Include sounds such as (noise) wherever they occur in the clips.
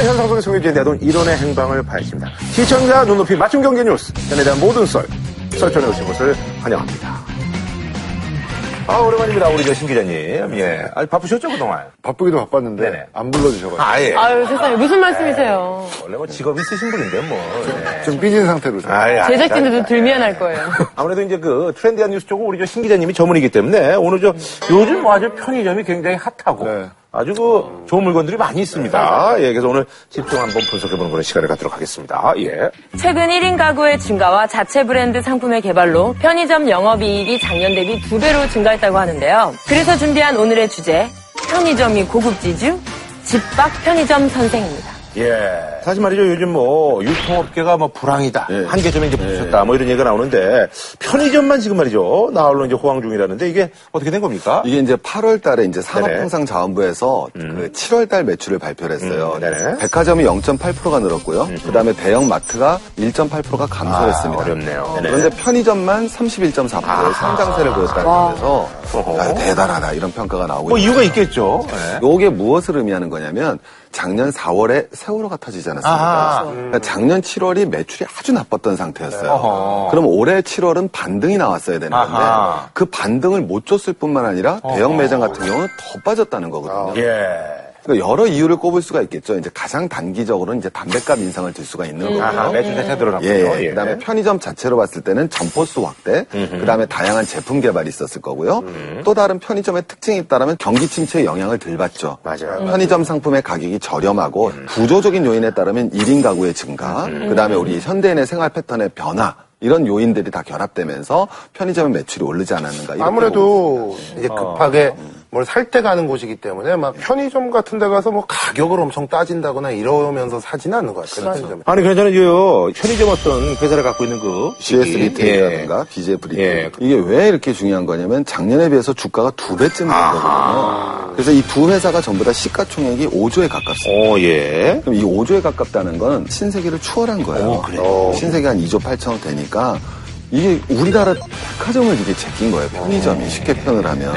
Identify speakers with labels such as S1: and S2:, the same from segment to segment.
S1: 시간 상품을 소개해주는 내돈 이론의 행방을 밝힙니다. 시청자 눈높이 맞춤 경제 뉴스. 전에 대한 모든 썰, 썰전에 오신 것을 환영합니다. 아, 오랜만입니다. 우리 저신 기자님. 예. 아주 바쁘셨죠, 그동안?
S2: 바쁘기도 바빴는데
S1: 네네.
S2: 안 불러주셔가지고
S1: 아, 예.
S3: 아유 세상에 무슨 말씀이세요?
S1: 원래 뭐 직업이 있으신 분인데, 뭐. 예.
S2: 좀 삐진 상태로 좀.
S1: 아이, 아이, 아이,
S3: 제작진들도
S1: 아이.
S3: 들 미안할 거예요.
S1: (laughs) 아무래도 이제 그 트렌디한 뉴스 쪽은 우리 저신 기자님이 전문이기 때문에 오늘 저 요즘 뭐 아주 편의점이 굉장히 핫하고
S2: 네.
S1: 아주 그 좋은 물건들이 많이 있습니다. 예, 그래서 오늘 집중 한번 분석해보는 그런 시간을 갖도록 하겠습니다. 예.
S4: 최근 1인 가구의 증가와 자체 브랜드 상품의 개발로 편의점 영업이익이 작년 대비 두배로 증가했다고 하는데요. 그래서 준비한 오늘의 주제, 편의점이 고급지주? 집밖 편의점 선생입니다.
S1: 예. 사실 말이죠. 요즘 뭐 유통업계가 뭐 불황이다.
S5: 예.
S1: 한계점에 이제 부딪혔다. 뭐 이런 얘기가 나오는데 편의점만 지금 말이죠. 나홀로 이제 호황 중이라는데 이게 어떻게 된 겁니까?
S5: 이게 이제 8월 달에 이제 산업통상자원부에서 그 7월 달 매출을 발표를 했어요.
S1: 음, 네네.
S5: 백화점이 0.8%가 늘었고요. 그다음에 대형 마트가 1.8%가
S1: 아,
S5: 감소했습니다.
S1: 어렵네요. 네네.
S5: 그런데 편의점만 31.4%의 성장세를 보였다는 점에서
S1: 어허.
S5: 야, 대단하다 이런 평가가 나오고
S1: 아, 네. 뭐
S5: 있습니다.
S1: 이유가 있겠죠. 예.
S5: 요게 무엇을 의미하는 거냐면 작년 4월에 세월호가 터지지 않았습니까?
S1: 아하. 음.
S5: 그러니까 작년 7월이 매출이 아주 나빴던 상태였어요.
S1: 어허.
S5: 그럼 올해 7월은 반등이 나왔어야 되는 건데
S1: 아하.
S5: 그 반등을 못 줬을 뿐만 아니라 대형 매장 같은 경우는 더 빠졌다는 거거든요.
S1: 예.
S5: 그러니까 여러 이유를 꼽을 수가 있겠죠. 이제 가장 단기적으로는 이제 담배값 인상을 들 수가 있는 거고요.
S1: 아하, 매출 자체가 늘어났군요.
S5: 예,
S1: 예.
S5: 그다음에 편의점 자체로 봤을 때는 점포수 확대, 그다음에 다양한 제품 개발이 있었을 거고요.
S1: 음.
S5: 또 다른 편의점의 특징이 있다면 경기 침체의 영향을 덜 받죠.
S1: 맞아요.
S2: 음.
S1: 음.
S5: 편의점 상품의 가격이 저렴하고 구조적인 요인에 따르면 1인 가구의 증가, 그다음에 우리 현대인의 생활 패턴의 변화 이런 요인들이 다 결합되면서 편의점의 매출이 오르지 않았는가. 이렇게 보고
S2: 아무래도 이제 급하게 뭘 살 때 가는 곳이기 때문에 막 편의점 같은 데 가서 뭐 가격을 엄청 따진다거나 이러면서 사진 않는 것 같아요. 편의점에.
S1: 아니 괜찮아요. 편의점 어떤 회사를 갖고 있는 그
S5: GS
S1: 예.
S5: 리테일이라든가 BJ 브리테
S1: 예.
S5: 이게 왜 이렇게 중요한 거냐면 작년에 비해서 주가가 두 배쯤 된 거거든요. 그래서 이 두 회사가 전부 다 시가총액이 5조에 가깝습니다.
S1: 오 예.
S5: 그럼 이 5조에 가깝다는 건 신세계를 추월한 거예요. 어, 신세계 한 2조 8천억 되니까 이게 우리나라 백화점을 이게 제낀 거예요. 편의점이 쉽게 표현을 하면.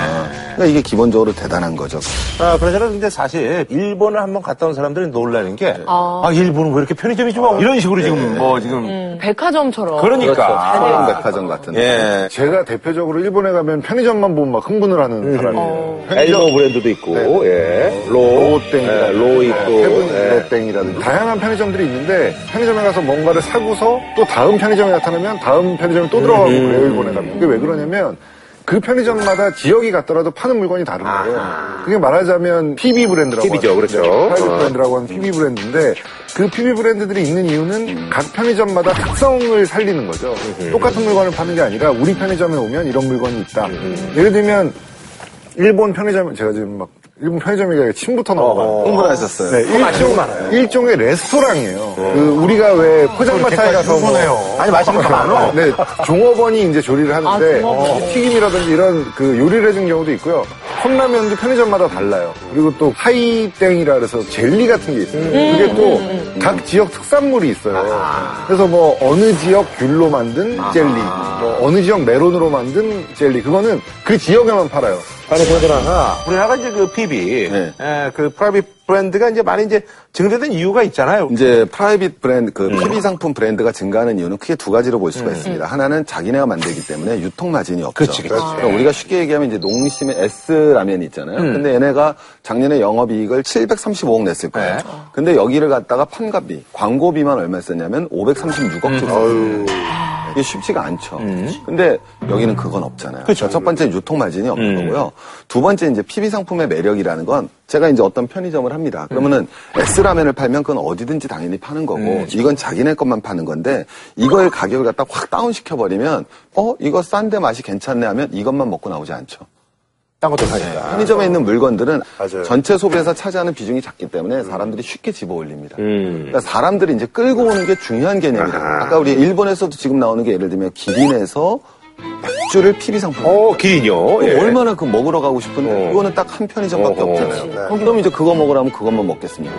S5: 그러니까 이게 기본적으로 대단한 거죠.
S1: 아, 그러잖아. 근데 사실, 일본을 한번 갔다 온 사람들이 놀라는 게, 아, 일본은 왜 이렇게 편의점이 좋아? 이런 식으로 지금 뭐, 지금.
S3: 음, 백화점처럼.
S1: 그러니까.
S5: 서울 백화점 예. 그렇죠. 같은 데.
S1: 예.
S2: 제가 대표적으로 일본에 가면 편의점만 보면 막 흥분을 하는 사람이에요.
S1: 음. 어.
S2: 네.
S1: 엘버 브랜드도 있고, 예. 로,
S2: 로땡,
S1: 예, 로 있고, 예.
S2: 네, 로땡이라든지 다양한 편의점들이 있는데 편의점에 가서 뭔가를 사고서 또 다음 편의점에 나타나면 다음 편의점에 또 들어가고 그래요 일본에 가면 그게 왜 그러냐면 그 편의점마다 지역이 같더라도 파는 물건이 다른 거예요. 그게 말하자면 PB 브랜드라고
S1: PB 죠,
S2: 하죠.
S1: 그렇죠.
S2: 네, 프라이빗
S1: 어.
S2: 브랜드라고 하는 PB 브랜드인데 그 PB 브랜드들이 있는 이유는 각 편의점마다 특성을 살리는 거죠. 똑같은 물건을 파는 게 아니라 우리 편의점에 오면 이런 물건이 있다. 예를 들면 일본 편의점 제가 지금 막 일본 편의점 얘기가 침부터 나와가지고
S5: 흥분하셨어요. 어.
S2: 네, 일종, 의 레스토랑이에요. 그 우리가 왜 포장마차에 가서 뭐-
S1: 아니, 맛있는 거 많아.
S2: 네, 종업원이 이제 조리를 하는데 어, 튀김이라든지 이런 그 요리를 해준 경우도 있고요. 컵라면도 편의점마다 달라요. 그리고 또 하이땡이라 그래서 젤리 같은 게 있어요. 그게 또 각 지역 특산물이 있어요. 그래서 뭐 어느 지역 귤로 만든
S5: 아.
S2: 젤리, 뭐 어느 지역 메론으로 만든 젤리 그거는 그 지역에만 팔아요.
S1: 아니, 그러잖아. 우리나라가 이제 그 PB,
S5: 네.
S1: 예, 그 프라이빗 브랜드가 이제 많이 이제 증대된 이유가 있잖아요. 네.
S5: 이제 프라이빗 브랜드, 그 PB 상품 브랜드가 증가하는 이유는 크게 두 가지로 볼 수가 있습니다. 하나는 자기네가 만들기 때문에 유통 마진이 없죠.
S1: 그치, 그치.
S5: 그러니까 우리가 쉽게 얘기하면 이제 농심의 S 라면이 있잖아요.
S1: 음.
S5: 근데 얘네가 작년에 영업이익을 735억 냈을 거예요.
S1: 네.
S5: 근데 여기를 갖다가 판가비, 광고비만 얼마 썼냐면
S1: 음.
S5: 536억 줬어요. 이게 쉽지가 않죠. 근데 여기는 그건 없잖아요. 음. 그러니까 첫 번째는 유통 마진이 없는 거고요. 두 번째 이제 PB 상품의 매력이라는 건 제가 이제 어떤 편의점을 합니다. 그러면은 S 라면을 팔면 그건 어디든지 당연히 파는 거고 이건 자기네 것만 파는 건데 이거의 가격을 갖다 확 다운 시켜 버리면 어 이거 싼데 맛이 괜찮네 하면 이것만 먹고 나오지 않죠.
S1: 딴 것도 사니까.
S5: 편의점에 있는 물건들은 전체 소비에서 차지하는 비중이 작기 때문에 사람들이 쉽게 집어 올립니다. 그러니까 사람들이 이제 끌고 오는 게 중요한 개념이라고. 아까 우리 일본에서도 지금 나오는 게 예를 들면 기린에서 맥주를 PB 상품.
S1: 어, 기린요. 예.
S5: 얼마나 그 먹으러 가고 싶은데 이거는 딱 한 편의점밖에
S1: 어허.
S5: 없잖아요. 그럼 이제 그거 먹으라면 그것만 먹겠습니까?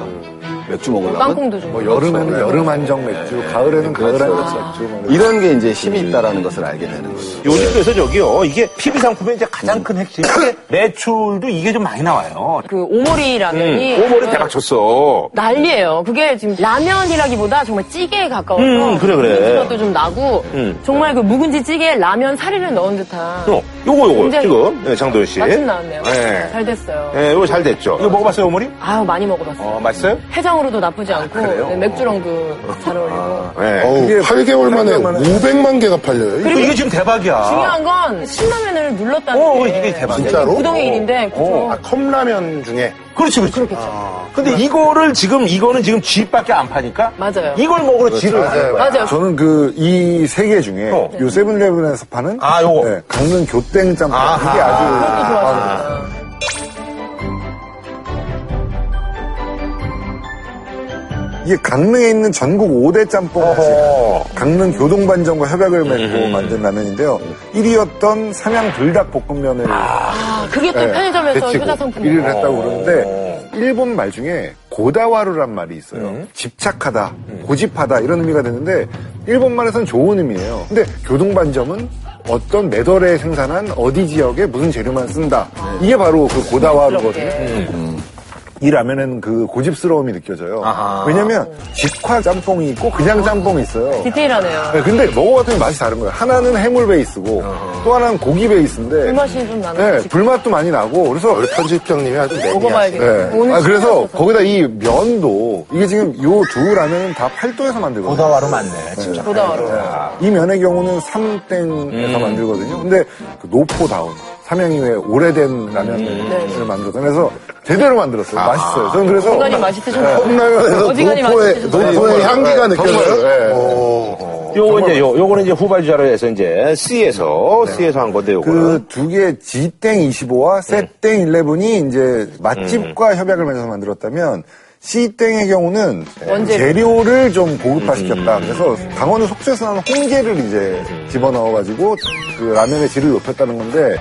S5: 맥주 먹으려면
S3: 땅콩도 좀.
S2: 뭐 여름에는
S5: 그렇죠.
S2: 여름 안정 맥주, 가을에는 가을
S5: 그렇죠.
S2: 안정 맥주. 뭐
S5: 이런 게 이제 힘이 있다라는 것을 알게 되는 거죠.
S1: 요즘 그래서 저기요, 이게 PB 상품의 이제 가장 큰 핵심, (coughs) 이게 매출도 이게 좀 많이 나와요.
S4: 그 오모리 라면이
S3: 예.
S1: 음, 오머리 대박 쳤어.
S3: 난리예요. 그게 지금 라면이라기보다 정말 찌개에 가까워서
S1: 음, 그래, 그래.
S3: 것도 좀 나고
S1: 음.
S3: 정말 그 묵은지 찌개에 라면 사리를 넣은 듯한
S1: 어, 요거, 요거,
S3: 굉장히
S1: 지금, 네, 장도연 씨.
S3: 맛집 나왔네요.
S1: 네.
S3: 잘 됐어요.
S1: 네, 요거 잘 됐죠. 이거 먹어봤어요, 오머리?
S3: 아유 많이 먹어봤어요.
S1: 어, 맛있어요? 아,
S3: 해장으로도 나쁘지 않고
S1: 그래요?
S3: 네, 맥주랑도 잘 어울리고
S1: 네.
S6: 어우,
S2: 이게
S6: 8개월 만에 그렇죠.
S2: 만에
S6: 500만 개가 팔려요.
S1: 그리고 이게 지금 대박이야.
S3: 중요한 건 신라면을 눌렀다는
S1: 어,
S3: 게
S1: 이게 대박이야. 어,
S6: 진짜로?
S3: 부동의 일인데 그죠?
S6: 아, 컵라면 중에
S1: 그렇지, 그렇지. 근데 이거를 지금, 이거는 지금 G밖에 안 파니까.
S3: 맞아요.
S1: 이걸 먹으러
S6: 그렇죠.
S1: G를 가는 거야.
S3: 맞아요.
S2: 저는 그 이 세 개 중에
S1: 어.
S2: 요 세븐일레븐에서 파는 네,
S1: 아, 요거.
S2: 강릉 교땡 짬뽕 그게 아주
S3: 그것도 좋아하시구나.
S2: 이게 강릉에 있는 전국 5대 짬뽕
S1: 어허.
S2: 강릉 교동반점과 협약을 맺고
S3: 음.
S2: 만든 라면인데요. 1위였던 삼양 불닭볶음면을
S3: 아, 그게
S2: 네.
S1: 네.
S3: 또 편의점에서
S2: 제치고
S3: 효자 상품.
S2: 1위를 했다고
S1: 어,
S2: 그러는데 일본 말 중에 고다와루란 말이 있어요.
S1: 음.
S2: 집착하다, 고집하다 이런 의미가 되는데 일본 말에선 좋은 의미예요. 근데 교동반점은 어떤 매달에 생산한 어디 지역에 무슨 재료만 쓴다.
S3: 음.
S2: 이게 바로 그 고다와루거든요. 이 라면에는 그 고집스러움이 느껴져요.
S1: 음. 아하.
S2: 왜냐면 직화 짬뽕이 있고 그냥 짬뽕이 있어요.
S3: 디테일하네요.
S2: 네, 근데 먹어봤더니 맛이 다른 거예요. 하나는 해물 베이스고 또 하나는 고기 베이스인데
S3: 불맛이 좀 나는
S2: 네,
S3: 것 같아요.
S2: 불맛도 많이 나고 그래서
S6: 편집장님이 아주 매니아.
S3: 먹어봐야겠다.
S2: 네.
S3: 오늘
S2: 아, 그래서
S3: 신기하셔서.
S2: 거기다 이 면도 이게 지금 요 두 라면은 다 팔도에서 만들거든요.
S1: 고다와로 맞네, 진짜.
S3: 고다와로.
S2: 이 면의 경우는 삼땡에서
S6: 음.
S2: 만들거든요. 근데 그 노포다운 삼양이의 오래된 라면을
S3: 음.
S2: 만들었어요. 그래서 제대로 만들었어요. 맛있어요. 저는 그래서 네.
S3: 어지간히 맛있으셨나요?
S6: 컵라면에서
S3: 어지간히
S6: 아. 노포의,
S3: 맛있으셨어요.
S6: 노포의 향기가
S2: 정말, 예.
S6: 느껴져요. 오.
S1: 요거 이제, 요, 요거는 이제 후발주자로 해서 이제 C에서, C에서 한 건데,
S2: 그
S1: 요거는.
S2: 두 개의 G땡 25와
S6: 네.
S2: Z땡 11이 이제
S6: 음.
S2: 맛집과 협약을 맺어서 만들었다면 C땡의 경우는
S3: 원재료.
S2: 재료를 좀
S6: 음.
S2: 고급화시켰다. 그래서 강원도 속초에서 나는 홍게를 이제 집어넣어가지고 그 라면의 질을 높였다는 건데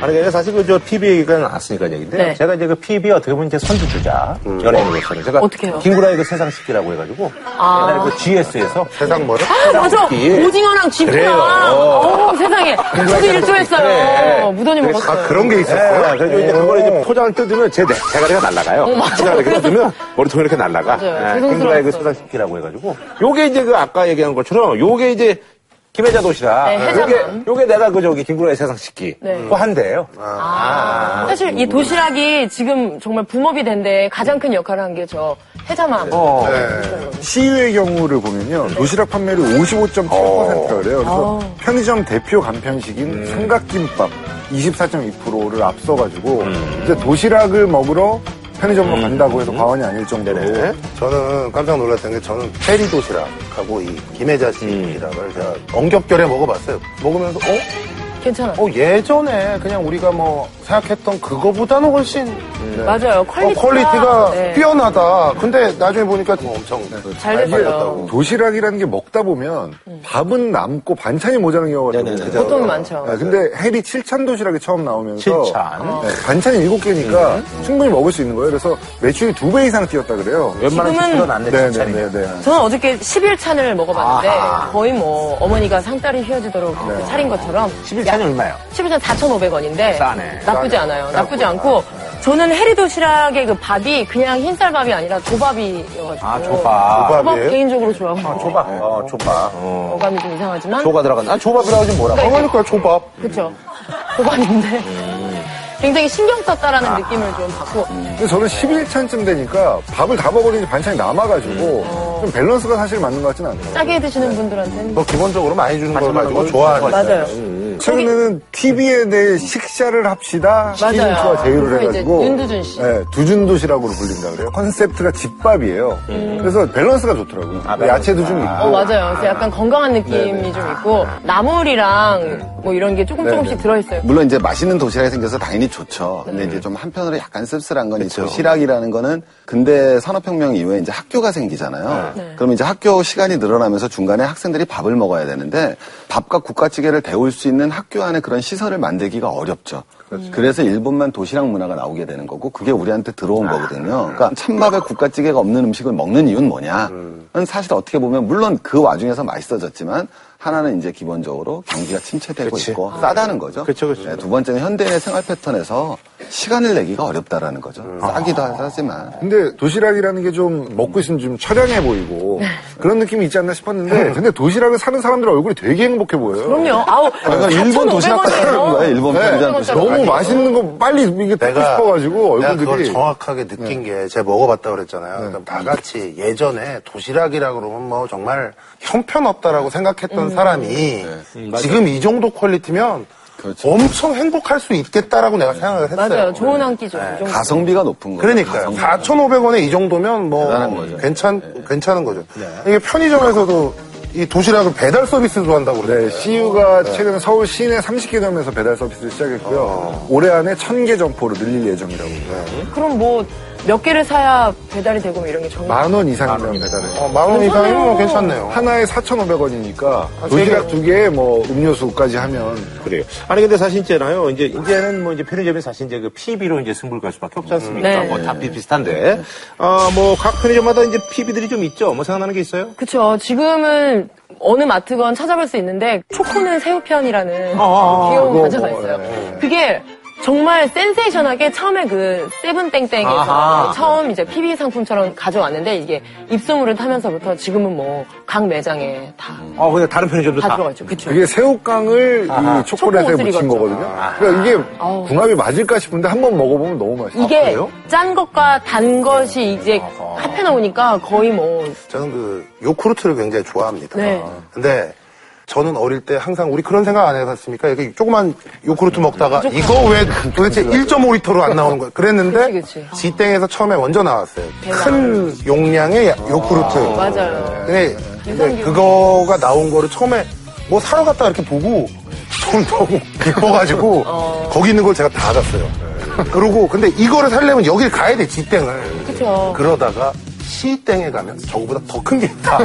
S1: 아니, 그러니까 사실 그 저 PB 얘기가 나왔으니까 얘기인데,
S3: 네.
S1: 제가 이제 그 PB 어떻게 보면 이제 선두주자,
S6: 음.
S1: 연예인으로서는. 제가
S3: 어떻게 해요?
S1: 김구라의 그 세상 식기라고 해가지고,
S3: 아.
S1: 옛날에 그 GS에서
S6: 세상 뭐라?
S3: 아, 맞아!
S1: 떡볶이.
S3: 오징어랑
S1: 네. 그래요.
S3: 쥐구랑 어, 세상에. 저도 일조했어요. 무던히 먹었어요.
S6: 아, 그런 게 있었어요?
S1: 네, 그래서 이제 그걸 이제 포장을 뜯으면 제 내- 대가리가 날아가요. 포장을 이렇게 뜯으면 머리통이 이렇게 날아가.
S3: 어, 맞아요.
S1: 네,
S3: 죄송스러웠어요.
S1: 킹드라이그 소장시키라고 해가지고. 요게 이제 그 아까 얘기한 것처럼 요게 이제 김혜자 도시락.
S3: 네,
S1: 요게,
S3: 해장은.
S1: 요게 내가 그 저기 김구라의 세상 식기.
S3: 네.
S1: 그거 한대요.
S6: 아,
S3: 사실 이 도시락이 지금 정말 붐업이 된데 가장 큰 역할을 한 게 저 해자맘.
S1: 어.
S2: CU의 경우를 보면요. 도시락 판매율이 55.7%가 그래요. 그래서
S3: 아.
S2: 편의점 대표 간편식인
S6: 음.
S2: 삼각김밥 24.2%를 앞서가지고
S6: 음.
S2: 이제 도시락을 먹으러 편의점으로 간다고 해서 과언이 아닐 정도로
S6: 네? 저는 깜짝 놀랐던 게 저는 페리
S1: 어,
S6: 도시락하고 이 김혜자 씨
S1: 음.
S6: 도시락을 제가 엉겹결에 먹어봤어요. 먹으면서 어?
S3: 괜찮아.
S6: 어 예전에 그냥 우리가 뭐 생각했던 그거보다는 훨씬
S1: 네.
S3: 맞아요.
S6: 퀄리티가,
S3: 퀄리티가,
S6: 어, 퀄리티가
S3: 네,
S6: 뛰어나다. 근데 나중에 보니까 뭐 엄청
S1: 네.
S3: 잘 됐어요.
S2: 도시락이라는 게 먹다 보면 밥은 남고 반찬이 모자란 경우가 좀
S1: 네네네.
S2: 있잖아요.
S3: 음. 보통 많죠.
S2: 아, 근데 해리 칠찬 도시락이 처음 나오면서
S1: 칠찬. 음.
S2: 네, 반찬이 일곱 개니까 충분히 먹을 수 있는 거예요. 그래서 매출이 두 배 이상 뛰었다 그래요.
S1: 웬만한
S3: 지금은-
S1: 식구는 안 내, 진짜.
S2: 네네네.
S3: 저는 어저께 11찬을 먹어봤는데 거의 뭐 어머니가 상다리 휘어지도록 그렇게 차린 것처럼
S1: 네. 11찬이 얼마예요?
S3: 11찬 4,500원인데
S1: 싸네. 네.
S3: 나쁘지 않아요. 나쁘지 않고 저는 해리도시락의 그 밥이 그냥 흰쌀밥이 아니라 조밥이어가지고
S1: 아, 조밥.
S3: 조밥
S6: 밥이에요?
S3: 개인적으로 좋아하고
S1: 조밥. 어, 조밥. 어.
S3: 어감이 좀 이상하지만
S1: 조가 들어간다. 아, 조밥이라고 지금 뭐라고?
S6: 그러니까 초밥.
S3: 그렇죠. (laughs) 조밥인데
S1: 음.
S3: 굉장히 신경 썼다라는
S1: 아.
S3: 느낌을 좀 받고
S2: 근데 저는 11찬쯤 되니까 밥을 다 먹었는데 반찬이 남아가지고
S3: 음.
S2: 좀 밸런스가 사실 맞는 것 같진 않아요.
S3: 짜게 드시는 분들한테는
S6: 뭐 기본적으로 많이 주는 걸 가지고
S1: 좋아하는
S6: 좋아하니까.
S3: 맞아요.
S2: 최근에는 TV에 내 식샤를 합시다 시즌2와 제휴를
S3: 그래서 이제
S2: 해가지고
S3: 윤두준 씨.
S2: 네, 두준도시락으로 불린다 그래요. 컨셉트가 집밥이에요. 그래서 밸런스가 좋더라고요.
S6: 아,
S2: 야채도 좀 있고
S3: 음. 어, 맞아요. 그래서 약간 건강한 느낌이 좀 있고 나물이랑 뭐 이런 게 조금 조금씩 들어있어요.
S5: 물론 이제 맛있는 도시락이 생겨서 당연히 좋죠. 근데 이제 좀 한편으로 약간 씁쓸한 건이 도시락이라는 거는 근대 산업혁명 이후에 이제 학교가 생기잖아요. 그러면 이제 학교 시간이 늘어나면서 중간에 학생들이 밥을 먹어야 되는데 밥과 국가찌개를 데울 수 있는 학교 안에 그런 시설을 만들기가 어렵죠.
S6: 그렇죠.
S5: 그래서 일본만 도시락 문화가 나오게 되는 거고 그게 우리한테 들어온
S6: 아,
S5: 거거든요. 그러니까 찬밥에 국가찌개가 없는 음식을 먹는 이유는 뭐냐? 는 사실 어떻게 보면 물론 그 와중에서 맛있어졌지만 하나는 이제 기본적으로 경기가 침체되고 있고 싸다는 거죠.
S6: 아, 그쵸, 그쵸.
S5: 네, 두 번째는 현대인의 생활 패턴에서 시간을 내기가 어렵다라는 거죠.
S6: 음.
S5: 싸기도
S6: 아.
S5: 하지만
S2: 근데 도시락이라는 게 좀 먹고 있으면 좀 처량해
S3: (laughs)
S2: 보이고 그런 느낌이 있지 않나 싶었는데 근데 도시락을 사는 사람들 얼굴이 되게 행복해 보여요.
S3: 그럼요. 아우,
S5: 그러니까 일본 도시락 같은 거예요. 일본
S2: 네,
S5: 편의점 도시락.
S2: 너무 맛있는 거 빨리 이게 듣고
S6: 내가
S2: 싶어가지고
S6: 내가 그걸
S2: 얼굴들이
S6: 정확하게 느낀 게 제가 먹어봤다 고 그랬잖아요. 그러니까 다 같이 예전에 도시락이라 그러면 뭐 정말 형편없다라고
S3: 음.
S6: 생각했던 사람이
S3: 네.
S6: 지금 이 정도 퀄리티면
S5: 그렇죠.
S6: 엄청 행복할 수 있겠다라고 내가 생각을 했어요.
S3: 맞아요. 좋은 한 끼죠. 이 정도.
S5: 네. 가성비가 높은 거예요.
S6: 그러니까요.
S5: 가성비.
S6: 4,500원에 이 정도면
S5: 아, 대단한
S6: 뭐
S5: 거죠.
S6: 괜찮 괜찮은 거죠. 이게 편의점에서도 이 도시락을 배달 서비스도 한다고 어, 그래요.
S2: 네, CU가 최근 서울 시내 30개 점에서 배달 서비스를 시작했고요.
S6: 어.
S2: 올해 안에 1000개 점포로 늘릴 예정이라고.
S3: 그럼 뭐 몇 개를 사야 배달이 되고 뭐 이런 게 정말.
S2: 만 원 이상이면 배달해.
S6: 어, 만원 이상이면 뭐 괜찮네요. 아,
S2: 하나에 4,500원이니까
S6: 세
S2: 도시락 두 개에 뭐 음료수까지 하면
S1: 그래요. 아니 근데 사실 있잖아요. 이제 이제는 뭐 이제 편의점이 사실 이제 그 PB로 이제 승부를 갈 수밖에 없지 않습니까?
S3: 네.
S1: 뭐다 비슷한데. 아, 뭐 각 편의점마다 이제 PB들이 좀 있죠. 뭐 생각나는 게 있어요?
S3: 그쵸. 지금은 어느 마트건 찾아볼 수 있는데 초코는 새우편이라는
S1: 아,
S3: 귀여운
S2: 그거
S3: 과자가
S2: 뭐,
S3: 있어요. 그게 정말 센세이션하게 처음에 그 세븐땡땡에서
S1: 아하.
S3: 처음 이제 PB 상품처럼 가져왔는데 이게 입소문을 타면서부터 지금은 뭐 각 매장에 다,
S1: 아, 근데 다른 편의점도
S3: 다
S1: 다.
S3: 들어가죠. 그쵸.
S2: 그게 새우깡을 이 초콜릿에
S3: 초콜릿을
S2: 묻힌
S3: 익었죠.
S2: 거거든요.
S6: 아.
S2: 그러니까 이게 궁합이 맞을까 싶은데 한번 먹어보면 너무 맛있어요. 아,
S3: 이게 짠 것과 단 것이 이제 합해 나오니까 거의 뭐
S6: 저는 그 요구르트를 굉장히 좋아합니다.
S3: 네.
S6: 근데 저는 어릴 때 항상 우리 그런 생각 안 해봤습니까? 이렇게 조그만 요구르트 먹다가 이거 왜 도대체 1.5리터로 안 나오는 거야?
S3: 그치,
S6: 그랬는데
S3: 그치.
S6: 지땡에서 처음에 먼저 나왔어요. 큰 용량의 야- 요구르트.
S3: 맞아요.
S6: 근데, 근데 네. 그거가 나온 거를 처음에 뭐 사러 갔다 이렇게 보고 저는 (laughs) 너무 기뻐가지고 거기 있는 걸 제가 다 알았어요. 그러고 근데 이거를 살려면 여길 가야 돼 지땡을.
S3: 그쵸.
S6: 네. 그러다가 시땡에 가면 저거보다 더 큰 게 있다.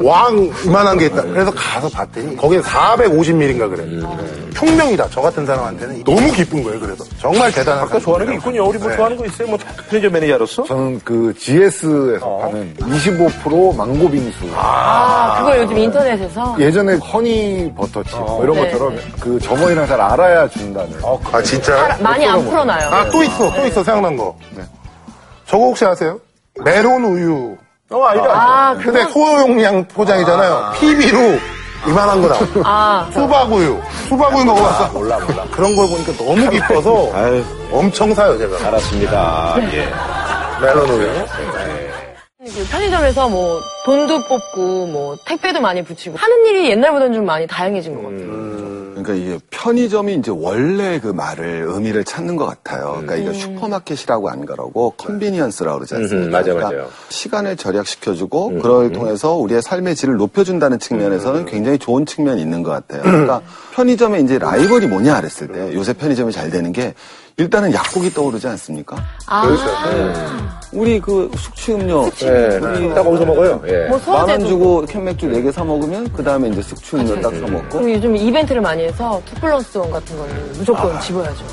S6: 왕 이만한 게 있다. 그래서 가서 봤더니 거긴 450ml인가 그래. 음. 혁명이다. 저 같은 사람한테는 너무 기쁜 거예요. 그래서 정말 네. 대단한.
S1: 아까 좋아하는 게 있군요. 우리 뭐 좋아하는 거 있어요? 뭐 편의점 매니저로서?
S2: 저는 그 GS에서
S6: 어.
S2: 파는 25% 망고 빙수.
S3: 아, 그걸 요즘 인터넷에서
S2: 예전에 허니 버터칩 뭐 이런
S3: 네.
S2: 것처럼 그 점원이랑 잘 알아야 준다는.
S6: 아 진짜?
S3: 많이 안 풀어놔요.
S6: 아 또 있어. 또 있어. 생각난 거. 저거 혹시 아세요? 메론 우유.
S1: 어, 아니다.
S3: 아,
S6: 근데 소용량 포장이잖아요. PB로 이만한 거나.
S3: 아.
S6: 수박우유. 수박우유 먹어봤어? 몰라, 몰라. 그런 걸 보니까 너무 기뻐서
S1: 아유.
S6: 엄청 사요, 제가.
S1: 알았습니다. 예.
S6: 멜론 우유.
S3: 그 편의점에서 뭐 돈도 뽑고 뭐 택배도 많이 붙이고 하는 일이 옛날보다는 좀 많이 다양해진 것 같아요.
S5: 그러니까 이게 편의점이 이제 원래 그 말을 의미를 찾는 것 같아요. 그러니까 이게 슈퍼마켓이라고 안 그러고 컨비니언스라고 그러지 않습니까?
S1: 음. 네. 음, 맞아요,
S5: 그러니까
S1: 맞아요. 음,
S5: 시간을 절약시켜주고 그걸 통해서 우리의 삶의 질을 높여준다는 측면에서는 굉장히 좋은 측면이 있는 것 같아요. 그러니까 편의점의 이제 라이벌이 뭐냐 그랬을 때 요새 편의점이 잘 되는 게 일단은 약국이 떠오르지 않습니까? 우리 그 숙취 음료 우리
S1: 네, 딱 어디서 먹어요? 예.
S3: 뭐
S5: 만 원
S3: 소화제도
S5: 주고 캔맥주 네 개 사 먹으면 그 다음에 이제 숙취 음료 딱 사 먹고
S3: 그리고 요즘 뭐 이벤트를 많이 해서 투 플러스 원 같은 걸 무조건 집어야죠.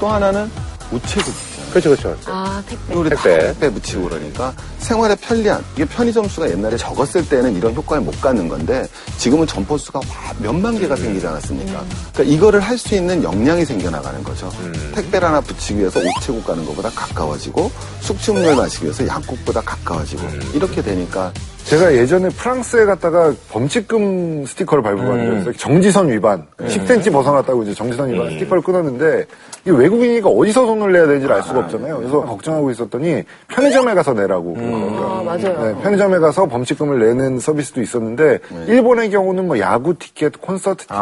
S5: 또 하나는 우체국이죠.
S1: 그렇죠, 그렇죠.
S3: 아 택배.
S5: 우리
S1: 택배.
S5: 택배. 택배 붙이고 그러니까 생활의 편리함 이게 편의점 수가 옛날에 적었을 때는 이런 효과를 못 갖는 건데 지금은 점포 수가 와- 몇만 개가 생기지 않았습니까? 그러니까 이거를 할 수 있는 역량이 생겨나가는 거죠. 택배를 하나 붙이기 위해서 우체국 가는 것보다 가까워지고 숙취음료를 마시기 위해서 약국보다 가까워지고 이렇게 되니까
S2: 제가 예전에 프랑스에 갔다가 범칙금 스티커를 발부받는 서 정지선 위반 10cm 벗어났다고 이제 정지선 위반 스티커를 끊었는데 이 외국인이가 어디서 돈을 내야 되는지 알 수가 없잖아요. 네. 그래서 걱정하고 있었더니 편의점에 가서 내라고.
S3: 아 맞아요.
S2: 네, 편의점에 가서 범칙금을 내는 서비스도 있었는데 일본의 경우는 뭐 야구 티켓, 콘서트 티켓,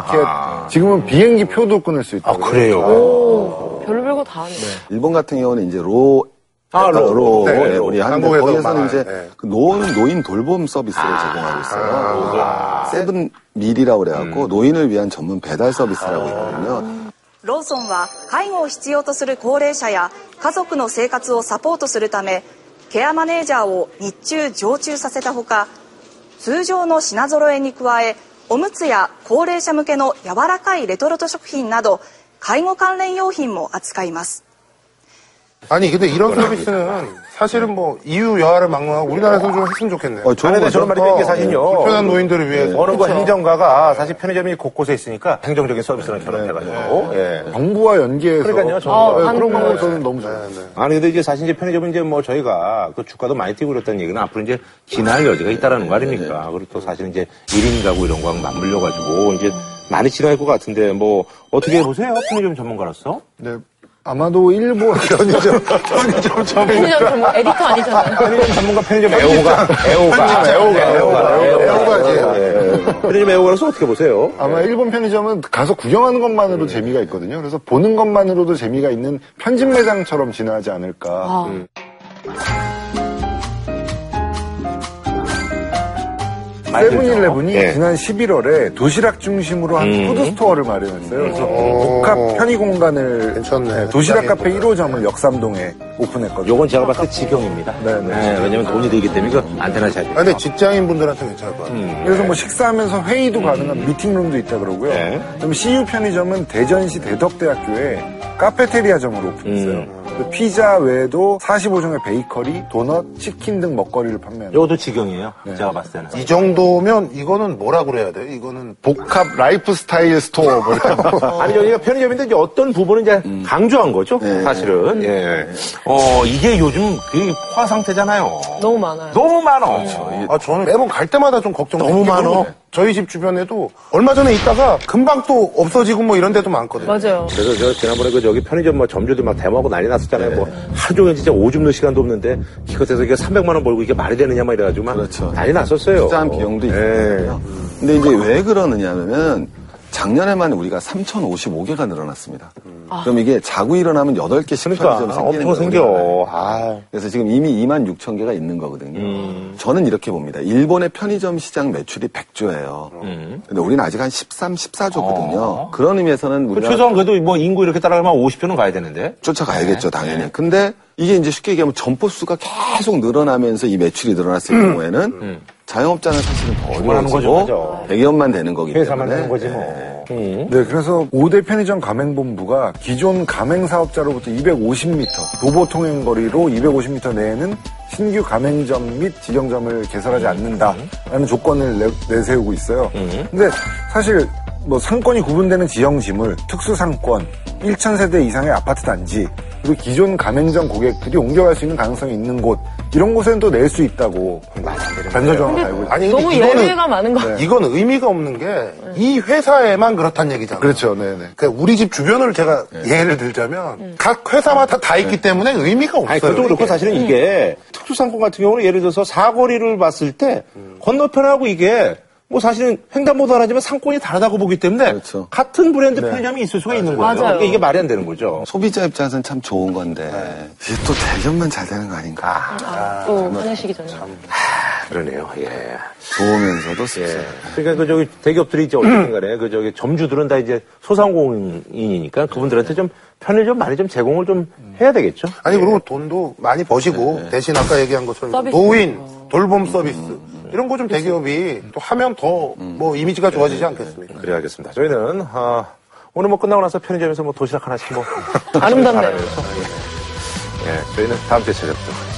S2: 지금은 비행기 표도 끊을 수 있다. 고
S1: 그래요?
S3: 별로 별거 다 하네.
S5: 일본 같은 경우는 이제 로
S1: 아, 로.
S5: 로,
S6: 네,
S5: 예,
S6: 로.
S5: 우리 한국
S6: 한국에도
S5: 거기에서는
S6: 많아요.
S5: 이제
S6: 네.
S5: 그 노인 노인 돌봄 서비스를 제공하고 있어요. 세븐 밀이라고 그래갖고 노인을 위한 전문 배달 서비스라고 있거든요.
S7: ローソンは介護を必要とする高齢者や家族の生活をサポートするためケアマネージャーを日中常駐させたほか通常の品揃えに加えおむつや高齢者向けの柔らかいレトルト食品など介護関連用品も扱います。
S6: 아니 근데 이런 서비스는 사실은 뭐 이유 여하를 막론하고 우리나라에서 좀 했으면 좋겠네요.
S5: 어, 좋은
S1: 아니, 근데
S5: 거죠.
S1: 저런 말이 되는 게 사실요.
S6: 불편한 노인들을 위해서.
S1: 어느 거
S6: 그렇죠.
S1: 행정가가 사실 편의점이 곳곳에 있으니까 행정적인 서비스랑 결합해가지고. 예.
S2: 정부와 아, 연계해서
S1: 그러니까요, 정부가.
S2: 네,
S1: 아,
S2: 그런 방법이 저는 너무 좋아요.
S1: 아니 근데 이제 사실 이제 편의점은 이제 뭐 저희가 그 주가도 많이 뛰고 그랬다는 얘기는 앞으로 이제 진화할 여지가 있다라는 거 아닙니까? 그리고 또 사실 이제 1인 가구 이런 거랑 맞물려 가지고 이제 많이 진화할 것 같은데 뭐 어떻게 보세요? 편의점 전문가로서?
S2: 네, 아마도 일본 편의점 편의점 전문
S3: 편의점 전문 에디터
S1: (laughs)
S3: 아니잖아요.
S1: 편의점 전문가 편의점 애호가 애호가 애호가 애호가
S2: 애호가지.
S1: 예. 편의점 애호가로서 어떻게 보세요?
S2: 아마
S6: 네.
S2: 일본 편의점은 가서 구경하는 것만으로도 재미가 있거든요. 그래서 보는 것만으로도 재미가 있는 편집 매장처럼 진화하지 않을까. 음. 세븐일레븐이
S6: 네.
S1: 예.
S2: 지난 11월에 도시락 중심으로 한
S6: 음.
S2: 푸드스토어를 마련했어요. 그래서 복합 편의 공간을
S6: 괜찮네.
S2: 네, 도시락 카페 1호점을 역삼동에 오픈했거든요.
S1: 요건 제가 봤을 때 직영입니다.
S2: 네, 네.
S1: 예, 왜냐면 돈이 들기 때문에 이거 안테나 잘
S6: 아, 근데 직장인분들한테 괜찮을 것 같아요.
S2: 그래서 뭐 식사하면서 회의도 가능한 미팅룸도 있다 그러고요.
S1: 네.
S2: 그럼 CU 편의점은 대전시 대덕대학교에 카페테리아점으로 오픈했어요. 그 피자 외에도 45종의 베이커리, 도넛, 치킨 등 먹거리를 판매합니다.
S1: 요것도 직영이에요. 제가 봤을 때는.
S6: 이 정도면 이거는 뭐라 그래야 돼요? 이거는
S2: 복합 라이프스타일 스토어 뭐 이런 거.
S1: 아니 여기가 편의점인데 이제 어떤 부분을 이제 강조한 거죠 사실은 예. 어 이게 요즘 그 포화 상태잖아요
S3: 너무 많아요.
S1: 너무 그렇죠. 예. 많어
S6: 아 저는 매번 갈 때마다 좀 걱정돼요.
S1: 너무
S6: 이게
S1: 많어.
S6: 뭐냐면 저희 집 주변에도 얼마 전에 있다가 금방 또 없어지고 뭐 이런 데도 많거든요.
S3: 맞아요.
S1: 그래서 저 지난번에 그 저기 편의점 뭐 점주들 막 대모하고 난리 났었잖아요 뭐 하루 종일 진짜 오줌 넣을 시간도 없는데 기껏해서 이게 300만 원 벌고 이게 말이 되느냐 막 이래가지고 막
S5: 그렇죠.
S1: 난리 났었어요
S5: 투자한 비용도
S1: 예.
S5: 있거든요. 근데 이제 왜 그러느냐면 작년에만 우리가 3,055개가 늘어났습니다. 그럼 이게 자고 일어나면 8개씩
S1: 그러니까
S5: 편의점 생기는
S1: 엄청
S5: 거거든요.
S1: 생겨 아
S5: 그래서 지금 이미 2만 6천 개가 있는 거거든요.
S1: 음.
S5: 저는 이렇게 봅니다. 일본의 편의점 시장 매출이 100조예요.
S1: 음.
S5: 근데 우리는 아직 한 13, 14조거든요. 그런 의미에서는
S1: 그
S5: 우리가
S1: 최소한 그래도 뭐 인구 이렇게 따라가면 50표는 가야 되는데 네.
S5: 쫓아가야겠죠, 당연히. 근데 이게 이제 쉽게 얘기하면 점포 수가 계속 늘어나면서 이 매출이 늘어났을 경우에는 자영업자는 사실은 더
S1: 출발하는 음. 거죠,
S5: 어려워지고
S1: 맞아.
S5: 대기업만 되는 거기
S1: 회사만 되는
S5: 때문에
S1: 거지 뭐 음.
S6: 예.
S2: 네, 그래서 5대 편의점 가맹본부가 기존 가맹 사업자로부터 250m, 도보 통행 거리로 250m 내에는 신규 가맹점 및 직영점을
S6: 음.
S2: 개설하지 않는다라는 조건을 내, 세우고 있어요. 근데 사실 뭐 상권이 구분되는 지형 지물, 특수 상권, 1,000세대 이상의 아파트 단지, 그리고 기존 가맹점 고객들이 옮겨갈 수 있는 가능성이 있는 곳, 이런 곳에는 또 낼 수 있다고 반사조항을 달고 있어요.
S6: 아니 음, 근데
S3: 너무
S6: 이거는
S3: 예외가 많은 거예요.
S6: 이건 의미가 없는 게 이 회사에만 그렇단 얘기잖아요.
S2: 그렇죠, 네네.
S6: 그러니까 우리 집 주변을 제가 예를 들자면 각 회사마다 다 있기 때문에 의미가 없어요.
S1: 아니, 그것도 그렇고
S6: 이게.
S1: 사실은 이게 특수상권 같은 경우는 예를 들어서 사거리를 봤을 때 건너편하고 이게 뭐 사실은 횡단보도 하나지만 상권이 다르다고 보기 때문에
S5: 그렇죠.
S1: 같은 브랜드 편의점이 있을 수가 있는 거예요.
S3: 맞아요.
S1: 그러니까 이게 말이 안 되는 거죠.
S5: 소비자 입장에서는 참 좋은 건데
S1: 네.
S5: 이게 또 대기업만 잘 되는 거 아닌가
S3: 또 화내시기 전에.
S1: 그러네요. 예.
S5: 좋으면서도 씁쓸해.
S1: 그러니까 그 저기 대기업들이 이제 어쨌든 간에 그 저기 점주들은 다 이제 소상공인이니까 그분들한테 좀 편의점 많이 좀 제공을 좀 해야 되겠죠.
S6: 아니 그리고 돈도 많이 버시고 대신 아까 얘기한 것처럼
S3: 서비스.
S6: 노인 돌봄 서비스 이런 거 좀 대기업이 또 하면 더 뭐 이미지가 좋아지지 않겠습니까?
S1: 그래 알겠습니다. 저희는 아, 오늘 뭐 끝나고 나서 (laughs) 편의점에서 뭐 도시락 하나씩 뭐
S3: 아름답네요.
S1: 예. 예, 저희는 다음 주에 찾아뵙도록 하겠습니다.